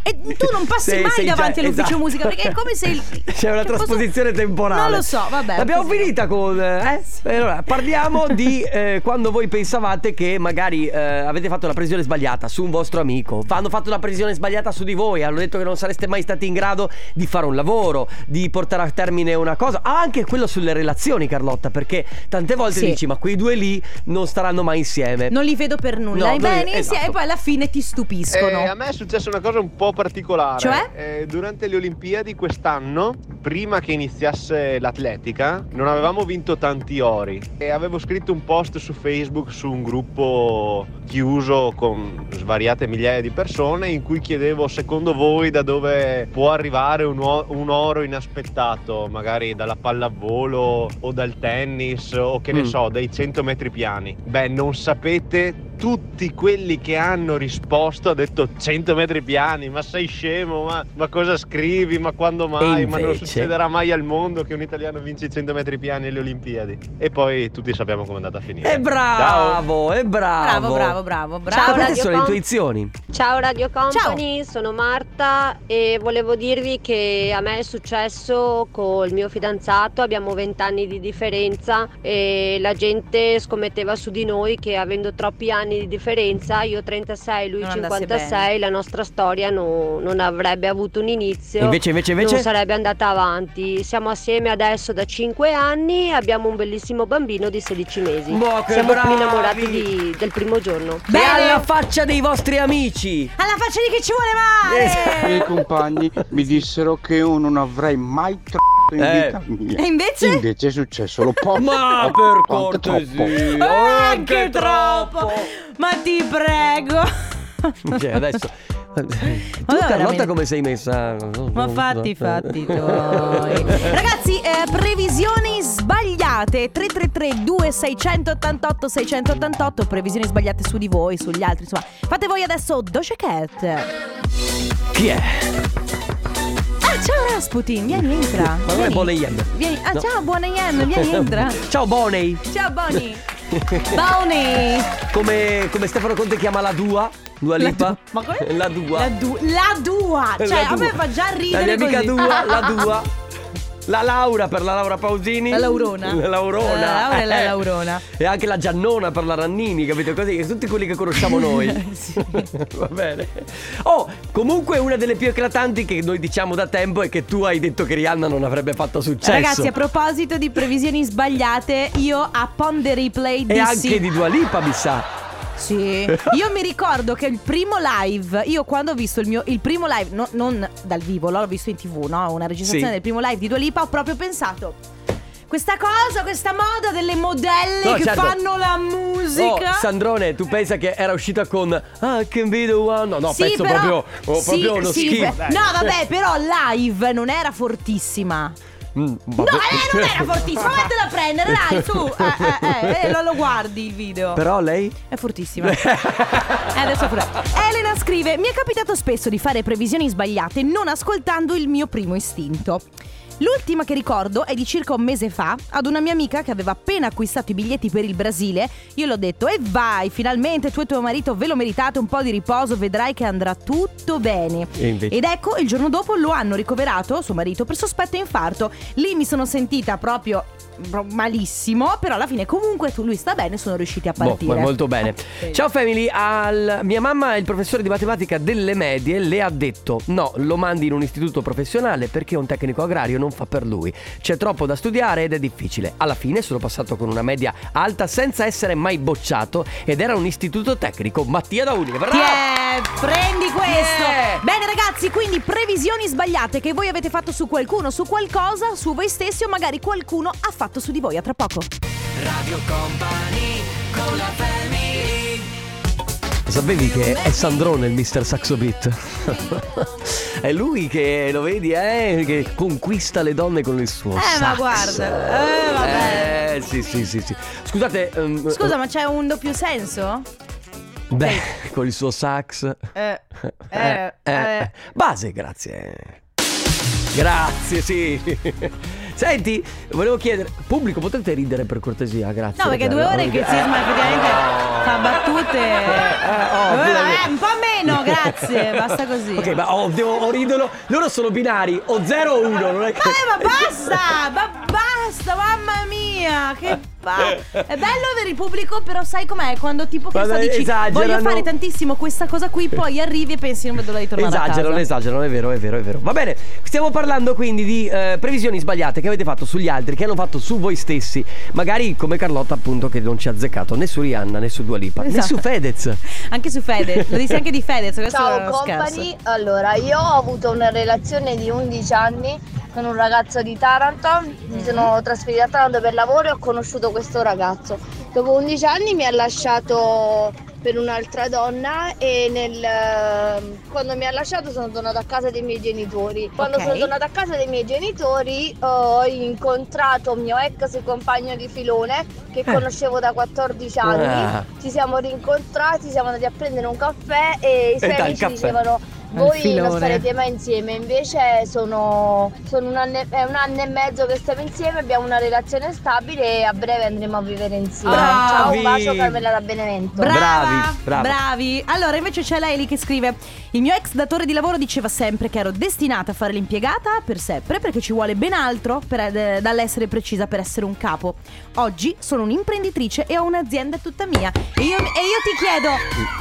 [SPEAKER 2] E E tu non passi
[SPEAKER 1] Sei-
[SPEAKER 2] mai
[SPEAKER 1] sei già-
[SPEAKER 2] davanti all'ufficio
[SPEAKER 1] esatto.
[SPEAKER 2] musica perché è come se il-
[SPEAKER 1] C'è una
[SPEAKER 2] che fosse-
[SPEAKER 1] trasposizione temporale.
[SPEAKER 2] Non lo so, vabbè.
[SPEAKER 1] L'abbiamo
[SPEAKER 2] così.
[SPEAKER 1] finita con. eh? E Allora, parliamo di eh, quando voi pensavate che magari eh, avete fatto la previsione sbagliata su un vostro amico. Hanno fatto la previsione sbagliata su di voi. Hanno detto che non sareste mai stati in grado di fare un lavoro, di portare a termine una cosa. Ah, anche quello sulle relazioni, Carlotta, perché tante volte
[SPEAKER 2] Sì.
[SPEAKER 1] dici, ma quei due lì non staranno mai insieme.
[SPEAKER 2] Non li vedo per nulla.
[SPEAKER 1] No,
[SPEAKER 2] I
[SPEAKER 1] non li-
[SPEAKER 2] beni sì,
[SPEAKER 1] esatto.
[SPEAKER 2] e poi alla fine ti stupiscono.
[SPEAKER 10] Eh, a me è successa una cosa un po' particolare.
[SPEAKER 2] Cioè?
[SPEAKER 10] Eh, durante le Olimpiadi quest'anno, prima che iniziasse l'atletica, non avevamo vinto tanti ori. E avevo scritto un post su Facebook su un gruppo chiuso con svariate migliaia di persone in cui chiedevo secondo voi da dove può arrivare un, o- un oro inaspettato, magari dalla pallavolo o dal tennis o che ne
[SPEAKER 1] Mm.
[SPEAKER 10] so, dai 100 metri piani. Beh, non sapete tutti quelli che hanno risposto ha detto 100 metri piani, ma sei scemo, ma, ma cosa scrivi, ma quando mai, ma non
[SPEAKER 1] invece-
[SPEAKER 10] succederà mai al mondo che un italiano vince i 100 metri piani alle Olimpiadi. E poi tutti sappiamo com'è andata a finire.
[SPEAKER 1] È bravo, è bravo.
[SPEAKER 2] Bravo, bravo, bravo, bravo.
[SPEAKER 1] Ma
[SPEAKER 11] Ciao,
[SPEAKER 1] queste
[SPEAKER 11] Radio
[SPEAKER 1] sono le
[SPEAKER 11] Comp.
[SPEAKER 1] intuizioni.
[SPEAKER 11] Ciao Radio Company, sono Marta e volevo dirvi che a me è successo col mio fidanzato, abbiamo 20 anni di differenza e la gente scommetteva su di noi che avendo troppi anni di differenza, io 36, lui
[SPEAKER 2] Non andasse
[SPEAKER 11] 56, la nostra storia no- non avrebbe avuto un inizio.
[SPEAKER 1] Invece, invece, invece.
[SPEAKER 11] Non sarebbe andata avanti. Siamo assieme adesso da 5 anni e abbiamo un bellissimo bambino di 16 mesi.
[SPEAKER 1] Boh, che
[SPEAKER 11] Siamo
[SPEAKER 1] bravi!
[SPEAKER 11] innamorati di- del primo giorno.
[SPEAKER 1] Beh,
[SPEAKER 2] Bene.
[SPEAKER 1] alla faccia dei vostri amici.
[SPEAKER 2] Alla faccia di chi ci vuole male!
[SPEAKER 1] Esatto.
[SPEAKER 12] compagni mi dissero che io non avrei mai troppo in
[SPEAKER 1] Eh.
[SPEAKER 12] vita mia.
[SPEAKER 2] E invece?
[SPEAKER 12] è successo lo
[SPEAKER 11] Oh.
[SPEAKER 12] posso.
[SPEAKER 1] Ma per cortesia,
[SPEAKER 2] Eh,
[SPEAKER 1] Oh,
[SPEAKER 2] Anche troppo! Ma ti prego!
[SPEAKER 1] Cioè, adesso. Tu,
[SPEAKER 2] Vabbè,
[SPEAKER 1] Carlotta,
[SPEAKER 2] veramente.
[SPEAKER 1] come sei messa? Esatto.
[SPEAKER 2] Ma fatti i fatti tuoi. Ragazzi, eh, previsioni sbagliate. 333 2688 688 previsioni sbagliate su di voi, sugli altri, insomma. Fate voi adesso Doce Cat. Ah,
[SPEAKER 1] Chi è?
[SPEAKER 2] ciao Rasputin, vieni, entra.
[SPEAKER 1] Ma non è
[SPEAKER 2] Vieni.
[SPEAKER 1] Boney Yen.
[SPEAKER 2] Vieni. Ah,
[SPEAKER 1] No.
[SPEAKER 2] ciao buona Yen, vieni, entra.
[SPEAKER 1] Ciao, Boney.
[SPEAKER 2] Ciao Boni. Boni.
[SPEAKER 1] Come, come Stefano Conte chiama la Dua? Dua Lipa?
[SPEAKER 2] Ma come?
[SPEAKER 1] La Dua.
[SPEAKER 2] La, du- la Dua. Cioè,
[SPEAKER 1] La
[SPEAKER 2] a me
[SPEAKER 1] Dua.
[SPEAKER 2] fa già ridere
[SPEAKER 1] La mia amica
[SPEAKER 2] così.
[SPEAKER 1] Dua, la Dua. La Laura per la Laura Pausini.
[SPEAKER 2] La Laurona.
[SPEAKER 1] La Laurona.
[SPEAKER 2] La Laura e la
[SPEAKER 1] Eh.
[SPEAKER 2] Laurona.
[SPEAKER 1] E anche la Giannona per la Rannini, capito? Così, tutti quelli che conosciamo noi. Va bene. Oh, comunque una delle più eclatanti che noi diciamo da tempo è che tu hai detto che Rihanna non avrebbe fatto successo.
[SPEAKER 2] Ragazzi, a proposito di previsioni sbagliate, io a Pond the Replay
[SPEAKER 1] E
[SPEAKER 2] dissi
[SPEAKER 1] anche di Dua Lipa, mi sa.
[SPEAKER 2] Sì. Io mi ricordo che il primo live, io quando ho visto il mio il primo live, no- non dal vivo, l'ho visto in TV, no, una
[SPEAKER 1] Sì.
[SPEAKER 2] registrazione del primo live di Dua Lipa, ho proprio pensato questa cosa, questa moda delle modelle
[SPEAKER 1] No,
[SPEAKER 2] che
[SPEAKER 1] certo.
[SPEAKER 2] fanno la musica.
[SPEAKER 1] Oh, Sandrone, tu pensa che era uscita con Ah, can be the one? No, no,
[SPEAKER 2] sì,
[SPEAKER 1] penso
[SPEAKER 2] però,
[SPEAKER 1] proprio, oh,
[SPEAKER 2] sì,
[SPEAKER 1] proprio uno
[SPEAKER 2] sì,
[SPEAKER 1] schifo.
[SPEAKER 2] beh- No, vabbè, però live non era fortissima.
[SPEAKER 1] Mm,
[SPEAKER 2] No,
[SPEAKER 1] vabbè.
[SPEAKER 2] eh, non era fortissima. Vattela a prendere, dai, su. Eh, eh, eh, eh, lo, lo guardi il video.
[SPEAKER 1] Però lei?
[SPEAKER 2] È fortissima. Eh, adesso pure. Elena scrive: Mi è capitato spesso di fare previsioni sbagliate non ascoltando il mio primo istinto. L'ultima che ricordo è di circa un mese fa, ad una mia amica che aveva appena acquistato i biglietti per il Brasile, io le ho detto "E vai, finalmente tu e tuo marito ve lo meritate un po' di riposo, vedrai che andrà tutto bene".
[SPEAKER 1] E invece?
[SPEAKER 2] Ed ecco, il giorno dopo lo hanno ricoverato, suo marito, per sospetto infarto. Lì mi sono sentita proprio pro- malissimo, però alla fine comunque tu- lui sta bene, sono riusciti a
[SPEAKER 1] Boh,
[SPEAKER 2] partire.
[SPEAKER 1] ma molto bene. Ciao family, al- mia mamma, il professore di matematica delle medie, le ha detto no, lo mandi in un istituto professionale perché un tecnico agrario non fa per lui. C'è troppo da studiare ed è difficile. Alla fine sono passato con una media alta senza essere mai bocciato ed era un istituto tecnico. Mattia da Udine, bravo!
[SPEAKER 2] Tiè, prendi questo.
[SPEAKER 1] Tiè.
[SPEAKER 2] Bene ragazzi, quindi previsioni sbagliate che voi avete fatto su qualcuno, su qualcosa, su voi stessi o magari qualcuno ha fatto su di voi. A tra poco.
[SPEAKER 3] Radio Company con la family.
[SPEAKER 1] Sapevi che è Sandrone il mister Saxo Beat? è lui che, lo vedi, eh, che conquista le donne con il suo
[SPEAKER 2] Eh, ma
[SPEAKER 1] sax.
[SPEAKER 2] guarda. Eh, vabbè.
[SPEAKER 1] Eh, sì, sì, sì, sì. Scusate, ehm, eh,
[SPEAKER 2] Scusa, ma c'è un doppio senso?
[SPEAKER 1] beh, con il suo sax.
[SPEAKER 2] Eh,
[SPEAKER 1] Eh, eh. Base, grazie. Grazie, sì. Senti, volevo chiedere, pubblico, potete ridere per cortesia, grazie.
[SPEAKER 2] No, perché due
[SPEAKER 1] ragazzi.
[SPEAKER 2] ore che
[SPEAKER 1] Eh,
[SPEAKER 2] sisma effettivamente
[SPEAKER 1] no.
[SPEAKER 2] fa battute.
[SPEAKER 1] ovvio.
[SPEAKER 2] Eh, un po' meno, grazie. Basta così.
[SPEAKER 1] Ok, ma o, devo, o ridono. Loro sono binari, o 0 o 1, non è che.
[SPEAKER 2] Eh, ma basta! Ma basta, mamma mia! Che pa- È bello avere il pubblico, però sai com'è? Quando tipo che
[SPEAKER 1] Vabbè,
[SPEAKER 2] sta dici voglio
[SPEAKER 1] esagerano."
[SPEAKER 2] fare tantissimo questa cosa qui, poi arrivi e pensi non vedo l'ora di tornare a
[SPEAKER 1] Esagerano,
[SPEAKER 2] casa.
[SPEAKER 1] esagerano, è vero, è vero, è vero. Va bene, stiamo parlando quindi di eh, previsioni sbagliate che avete fatto sugli altri, che hanno fatto su voi stessi. Magari come Carlotta, appunto, che non ci ha azzeccato né su Rihanna né su Dua Lipa, né
[SPEAKER 2] Esatto.
[SPEAKER 1] su Fedez.
[SPEAKER 2] Anche su Fedez, lo dici anche di Fedez, questo era
[SPEAKER 13] Ciao
[SPEAKER 2] uno
[SPEAKER 13] company,
[SPEAKER 2] scherzo.
[SPEAKER 13] allora io ho avuto una relazione di 11 anni con un ragazzo di Taranto,
[SPEAKER 7] Mm-hmm.
[SPEAKER 13] mi sono trasferita a Taranto per lavoro e ho conosciuto questo ragazzo. Dopo 11 anni mi ha lasciato per un'altra donna e nel, ehm, quando mi ha lasciato sono tornata a casa dei miei genitori. Quando
[SPEAKER 14] Ok.
[SPEAKER 13] sono tornata a casa dei miei genitori ho incontrato mio ex compagno di filone
[SPEAKER 7] Eh.
[SPEAKER 13] che conoscevo da 14 anni.
[SPEAKER 1] Eh,
[SPEAKER 14] Ah.
[SPEAKER 13] Ci siamo rincontrati, siamo andati a prendere un caffè e
[SPEAKER 7] Eh,
[SPEAKER 13] i
[SPEAKER 14] E
[SPEAKER 13] suoi
[SPEAKER 14] dai,
[SPEAKER 13] amici
[SPEAKER 14] caffè.
[SPEAKER 13] dicevano
[SPEAKER 14] Al
[SPEAKER 13] voi non
[SPEAKER 14] filone."
[SPEAKER 13] starete mai insieme, invece sono, sono un, anno, e- è un anno e mezzo che stiamo insieme, abbiamo una relazione stabile e a breve andremo a vivere insieme.
[SPEAKER 2] Bravi.
[SPEAKER 13] Ciao, un bacio Carmela da Benevento.
[SPEAKER 2] Esatto. Brava,
[SPEAKER 1] Bravi, brava.
[SPEAKER 2] bravi. Allora, invece c'è lei lì che scrive: Il mio ex datore di lavoro diceva sempre che ero destinata a fare l'impiegata per sempre perché ci vuole ben altro per- eh, dall'essere precisa per essere un capo. Oggi sono un'imprenditrice e ho un'azienda tutta mia. E io, e io ti chiedo: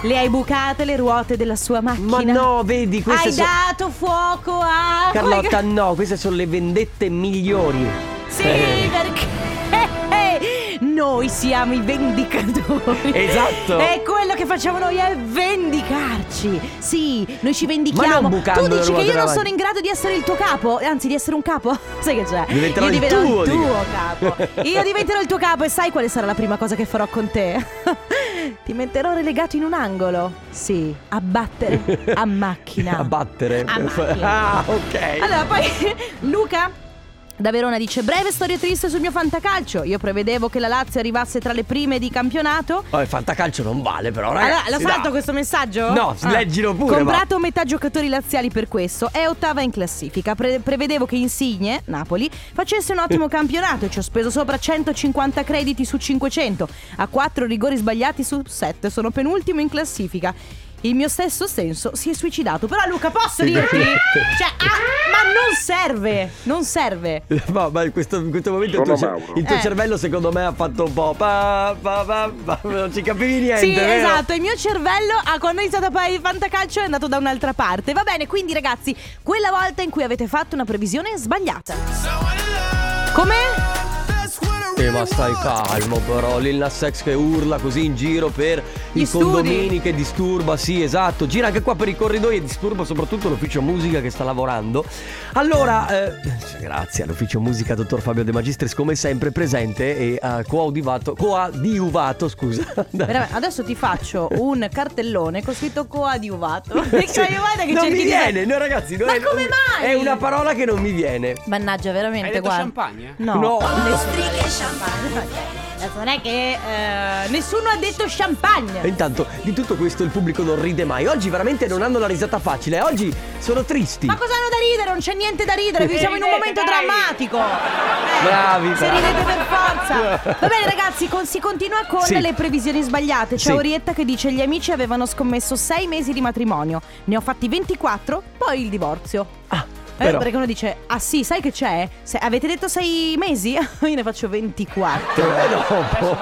[SPEAKER 2] le hai bucate le ruote della sua
[SPEAKER 1] Ma
[SPEAKER 2] macchina?
[SPEAKER 1] no, vedi, queste
[SPEAKER 2] Hai
[SPEAKER 1] sono-
[SPEAKER 2] dato fuoco a.
[SPEAKER 1] Carlotta, no, queste sono le vendette migliori.
[SPEAKER 2] Sì,
[SPEAKER 1] Eh.
[SPEAKER 2] perché noi siamo i vendicatori.
[SPEAKER 1] Esatto.
[SPEAKER 2] E quello che facciamo noi è vendicarci. Sì, noi ci vendichiamo.
[SPEAKER 1] Ma non bucando
[SPEAKER 2] tu
[SPEAKER 1] le
[SPEAKER 2] dici che
[SPEAKER 1] ruote
[SPEAKER 2] io non
[SPEAKER 1] davanti.
[SPEAKER 2] sono in grado di essere il tuo capo, anzi di essere un capo. Sai che c'è?
[SPEAKER 1] Diventerò
[SPEAKER 2] io
[SPEAKER 1] il
[SPEAKER 2] diventerò
[SPEAKER 1] tuo,
[SPEAKER 2] il
[SPEAKER 1] dico.
[SPEAKER 2] tuo capo. Io diventerò il tuo capo e sai quale sarà la prima cosa che farò con te? Ti metterò relegato in un angolo. Sì, a battere a macchina.
[SPEAKER 1] A battere.
[SPEAKER 2] A macchina.
[SPEAKER 1] Ah, ok.
[SPEAKER 2] Allora, poi Luca da Verona dice breve storia triste sul mio fantacalcio. Io prevedevo che la Lazio arrivasse tra le prime di campionato.
[SPEAKER 1] Oh, il fantacalcio non vale, però, ragazzi.
[SPEAKER 2] allora, l'ho fatto
[SPEAKER 1] dai.
[SPEAKER 2] questo messaggio? Ah.
[SPEAKER 1] No, leggilo pure, va.
[SPEAKER 2] Comprato metà giocatori laziali per questo. È ottava in classifica. Pre- prevedevo che Insigne, Napoli, facesse un
[SPEAKER 1] Eh.
[SPEAKER 2] ottimo campionato. e Ci ho speso sopra 150 crediti su 500. A 4 rigori sbagliati su 7. Sono penultimo in classifica. Il mio stesso senso si è suicidato. Però, Luca, posso
[SPEAKER 1] Sì,
[SPEAKER 2] dirti?
[SPEAKER 1] perché-
[SPEAKER 2] Cioè, ah, ma non serve! Non serve.
[SPEAKER 1] Ma, ma in, questo, in questo momento il tuo,
[SPEAKER 15] Sono
[SPEAKER 1] cer-
[SPEAKER 15] Mauro.
[SPEAKER 1] il tuo
[SPEAKER 2] Eh.
[SPEAKER 1] cervello secondo me ha fatto un po'... pa, pa, pa, pa, non ci capivi niente,
[SPEAKER 2] Sì,
[SPEAKER 1] vero?
[SPEAKER 2] esatto. Il mio cervello, ah, quando ho iniziato a fare il fantacalcio, è andato da un'altra parte. Va bene, quindi, ragazzi, quella volta in cui avete fatto una previsione sbagliata. Come?
[SPEAKER 1] Eh, ma stai calmo però, Lil Nas X che urla così in giro per
[SPEAKER 2] Gli
[SPEAKER 1] i
[SPEAKER 2] studi.
[SPEAKER 1] condomini che disturba, sì esatto, gira anche qua per i corridoi e disturba soprattutto l'ufficio musica che sta lavorando. Allora, eh, grazie all'ufficio musica dottor Fabio De Magistris come sempre presente e eh, coadiuvato, coadiuvato scusa.
[SPEAKER 2] Veramente, Adesso ti faccio un cartellone con scritto coadiuvato. E coadiuvata che
[SPEAKER 1] non
[SPEAKER 2] cerchi
[SPEAKER 1] mi
[SPEAKER 2] di-
[SPEAKER 1] viene, no ragazzi, non
[SPEAKER 2] Ma
[SPEAKER 1] è,
[SPEAKER 2] come mai?
[SPEAKER 1] È una parola che non mi viene.
[SPEAKER 2] Mannaggia, veramente,
[SPEAKER 1] Hai detto
[SPEAKER 2] guarda.
[SPEAKER 1] champagne?
[SPEAKER 2] No. Ah.
[SPEAKER 1] No.
[SPEAKER 2] Le striche champagne. Adesso non è che eh, nessuno ha detto
[SPEAKER 1] E
[SPEAKER 2] champagne.
[SPEAKER 1] intanto di tutto questo il pubblico non ride mai. Oggi veramente non hanno la risata facile, oggi sono tristi.
[SPEAKER 2] Ma cosa hanno da ridere? Non c'è niente da ridere, vi siamo in
[SPEAKER 16] Eh,
[SPEAKER 2] un momento drammatico.
[SPEAKER 1] Bravi,
[SPEAKER 2] Se
[SPEAKER 1] bravi.
[SPEAKER 2] ridete per forza. Va bene ragazzi, con- si continua con
[SPEAKER 1] Sì.
[SPEAKER 2] le previsioni sbagliate. C'è
[SPEAKER 1] Sì.
[SPEAKER 2] Orietta che dice gli amici avevano scommesso 6 mesi di matrimonio, ne ho fatti 24, poi il divorzio. Ah,
[SPEAKER 1] però.
[SPEAKER 2] perché uno dice, ah sì, sai che c'è? Se- avete detto 6 mesi? Io ne faccio 24.
[SPEAKER 1] Eh, no, un po'.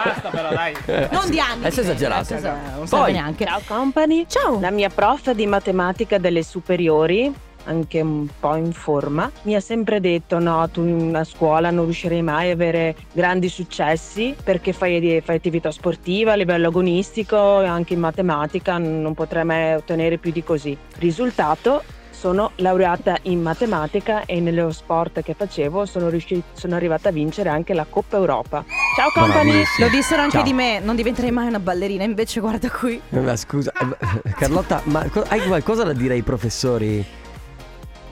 [SPEAKER 2] Non di anni.
[SPEAKER 1] Adesso esagerato.
[SPEAKER 2] Adesso, eh, non serve
[SPEAKER 1] Poi,
[SPEAKER 2] neanche.
[SPEAKER 16] Ciao company.
[SPEAKER 2] Ciao.
[SPEAKER 16] La mia prof di matematica delle superiori, anche un po' in forma, mi ha sempre detto no, tu a scuola non riuscirai mai a avere grandi successi perché fai, fai attività sportiva a livello agonistico e anche in matematica non potrai mai ottenere più di così. Risultato? Sono laureata in matematica e nello sport che facevo sono, riusci- sono arrivata a vincere anche la Coppa Europa. Ciao company!
[SPEAKER 1] Bravissima.
[SPEAKER 2] Lo dissero anche
[SPEAKER 1] Ciao.
[SPEAKER 2] di me, non diventerei mai una ballerina, invece guarda qui.
[SPEAKER 1] Eh, Ma scusa, eh, Carlotta, ma co- hai qualcosa da dire ai professori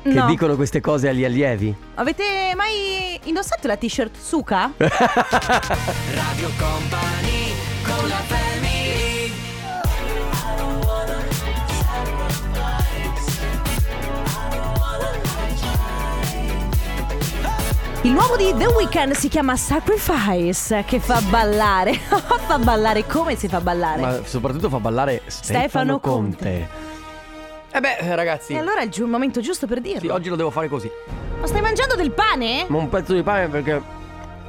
[SPEAKER 1] che
[SPEAKER 2] No.
[SPEAKER 1] dicono queste cose agli allievi?
[SPEAKER 2] Avete mai indossato la t-shirt Suka?
[SPEAKER 3] Radio Company con la family.
[SPEAKER 2] Il nuovo di The Weeknd si chiama Sacrifice, che fa ballare. fa ballare come si fa ballare?
[SPEAKER 1] Ma soprattutto fa ballare Stefano,
[SPEAKER 2] Stefano Conte.
[SPEAKER 1] Conte. Eh beh, ragazzi,
[SPEAKER 2] E allora è il giu- il momento giusto per dirlo.
[SPEAKER 1] sì, oggi lo devo fare così.
[SPEAKER 2] Ma stai mangiando del pane?
[SPEAKER 1] Ma un pezzo di pane perché.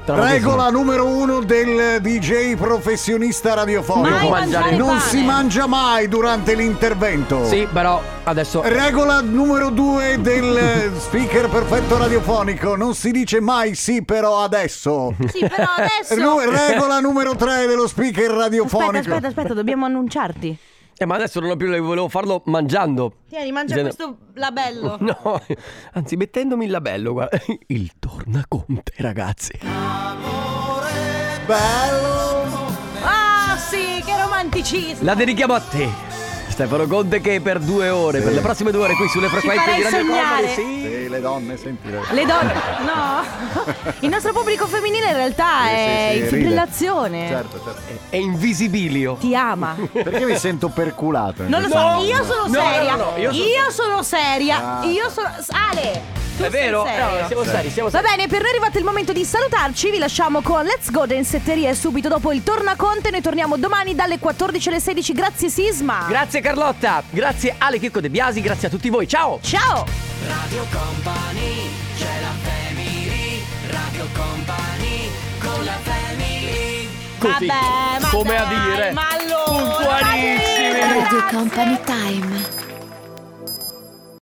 [SPEAKER 1] tra pochissimo-
[SPEAKER 14] Regola numero uno del DJ professionista
[SPEAKER 1] Mai
[SPEAKER 14] radiofonico.
[SPEAKER 1] mangiare
[SPEAKER 14] non
[SPEAKER 1] pane.
[SPEAKER 14] si mangia mai durante l'intervento.
[SPEAKER 1] Sì, però adesso.
[SPEAKER 14] Regola numero due del speaker perfetto radiofonico. Non si dice mai sì, però adesso.
[SPEAKER 2] Sì, però adesso.
[SPEAKER 14] Nu- regola numero tre dello speaker radiofonico.
[SPEAKER 2] Aspetta, aspetta, aspetta, dobbiamo annunciarti.
[SPEAKER 1] Eh, ma adesso non ho più. Volevo farlo mangiando.
[SPEAKER 2] Tieni, mangia
[SPEAKER 1] Bisogna-
[SPEAKER 2] questo
[SPEAKER 3] Oh.
[SPEAKER 2] labello.
[SPEAKER 1] No, anzi, mettendomi il labello, guarda. Il tornaconte, ragazzi.
[SPEAKER 2] Ah, sì, che romanticismo.
[SPEAKER 1] La dedichiamo a te. Stefano Conte che per due ore, per le prossime due ore qui sulle frequenze
[SPEAKER 2] farai
[SPEAKER 1] di Radio
[SPEAKER 2] sognare.
[SPEAKER 1] Company, sì.
[SPEAKER 14] Sì, le donne, sentire.
[SPEAKER 2] Le donne. No. Il nostro pubblico femminile in realtà è
[SPEAKER 14] sì,
[SPEAKER 2] in
[SPEAKER 14] ride.
[SPEAKER 2] fibrillazione.
[SPEAKER 14] Certo, certo.
[SPEAKER 1] È invisibilio.
[SPEAKER 2] Ti ama.
[SPEAKER 14] Perché mi sento perculato?
[SPEAKER 2] Non lo so,
[SPEAKER 14] No.
[SPEAKER 2] io sono
[SPEAKER 1] No,
[SPEAKER 2] seria.
[SPEAKER 1] no, no, no,
[SPEAKER 2] io
[SPEAKER 1] io
[SPEAKER 2] sono,
[SPEAKER 1] sono-
[SPEAKER 2] seria.
[SPEAKER 1] Ah.
[SPEAKER 2] Io sono. Ale! Tu
[SPEAKER 1] È
[SPEAKER 2] sei
[SPEAKER 1] vero?
[SPEAKER 2] serio.
[SPEAKER 1] No, siamo seri, siamo
[SPEAKER 2] Va
[SPEAKER 1] seri.
[SPEAKER 2] bene, per noi è arrivato il momento di salutarci. Vi lasciamo con Let's Go Densetteria e subito dopo il Tornaconte. Noi torniamo domani dalle 14 alle 16. Grazie, Sisma.
[SPEAKER 1] Grazie Carlotta, grazie Ale Chicco De Biasi, grazie a tutti voi. Ciao!
[SPEAKER 2] Ciao!
[SPEAKER 3] Radio Company, c'è la family, Radio Company, con la family.
[SPEAKER 1] Così,
[SPEAKER 3] Vabbè, ma
[SPEAKER 1] come
[SPEAKER 3] dai,
[SPEAKER 1] a dire,
[SPEAKER 3] ma allora,
[SPEAKER 1] puntualissimi.
[SPEAKER 8] Radio Company Time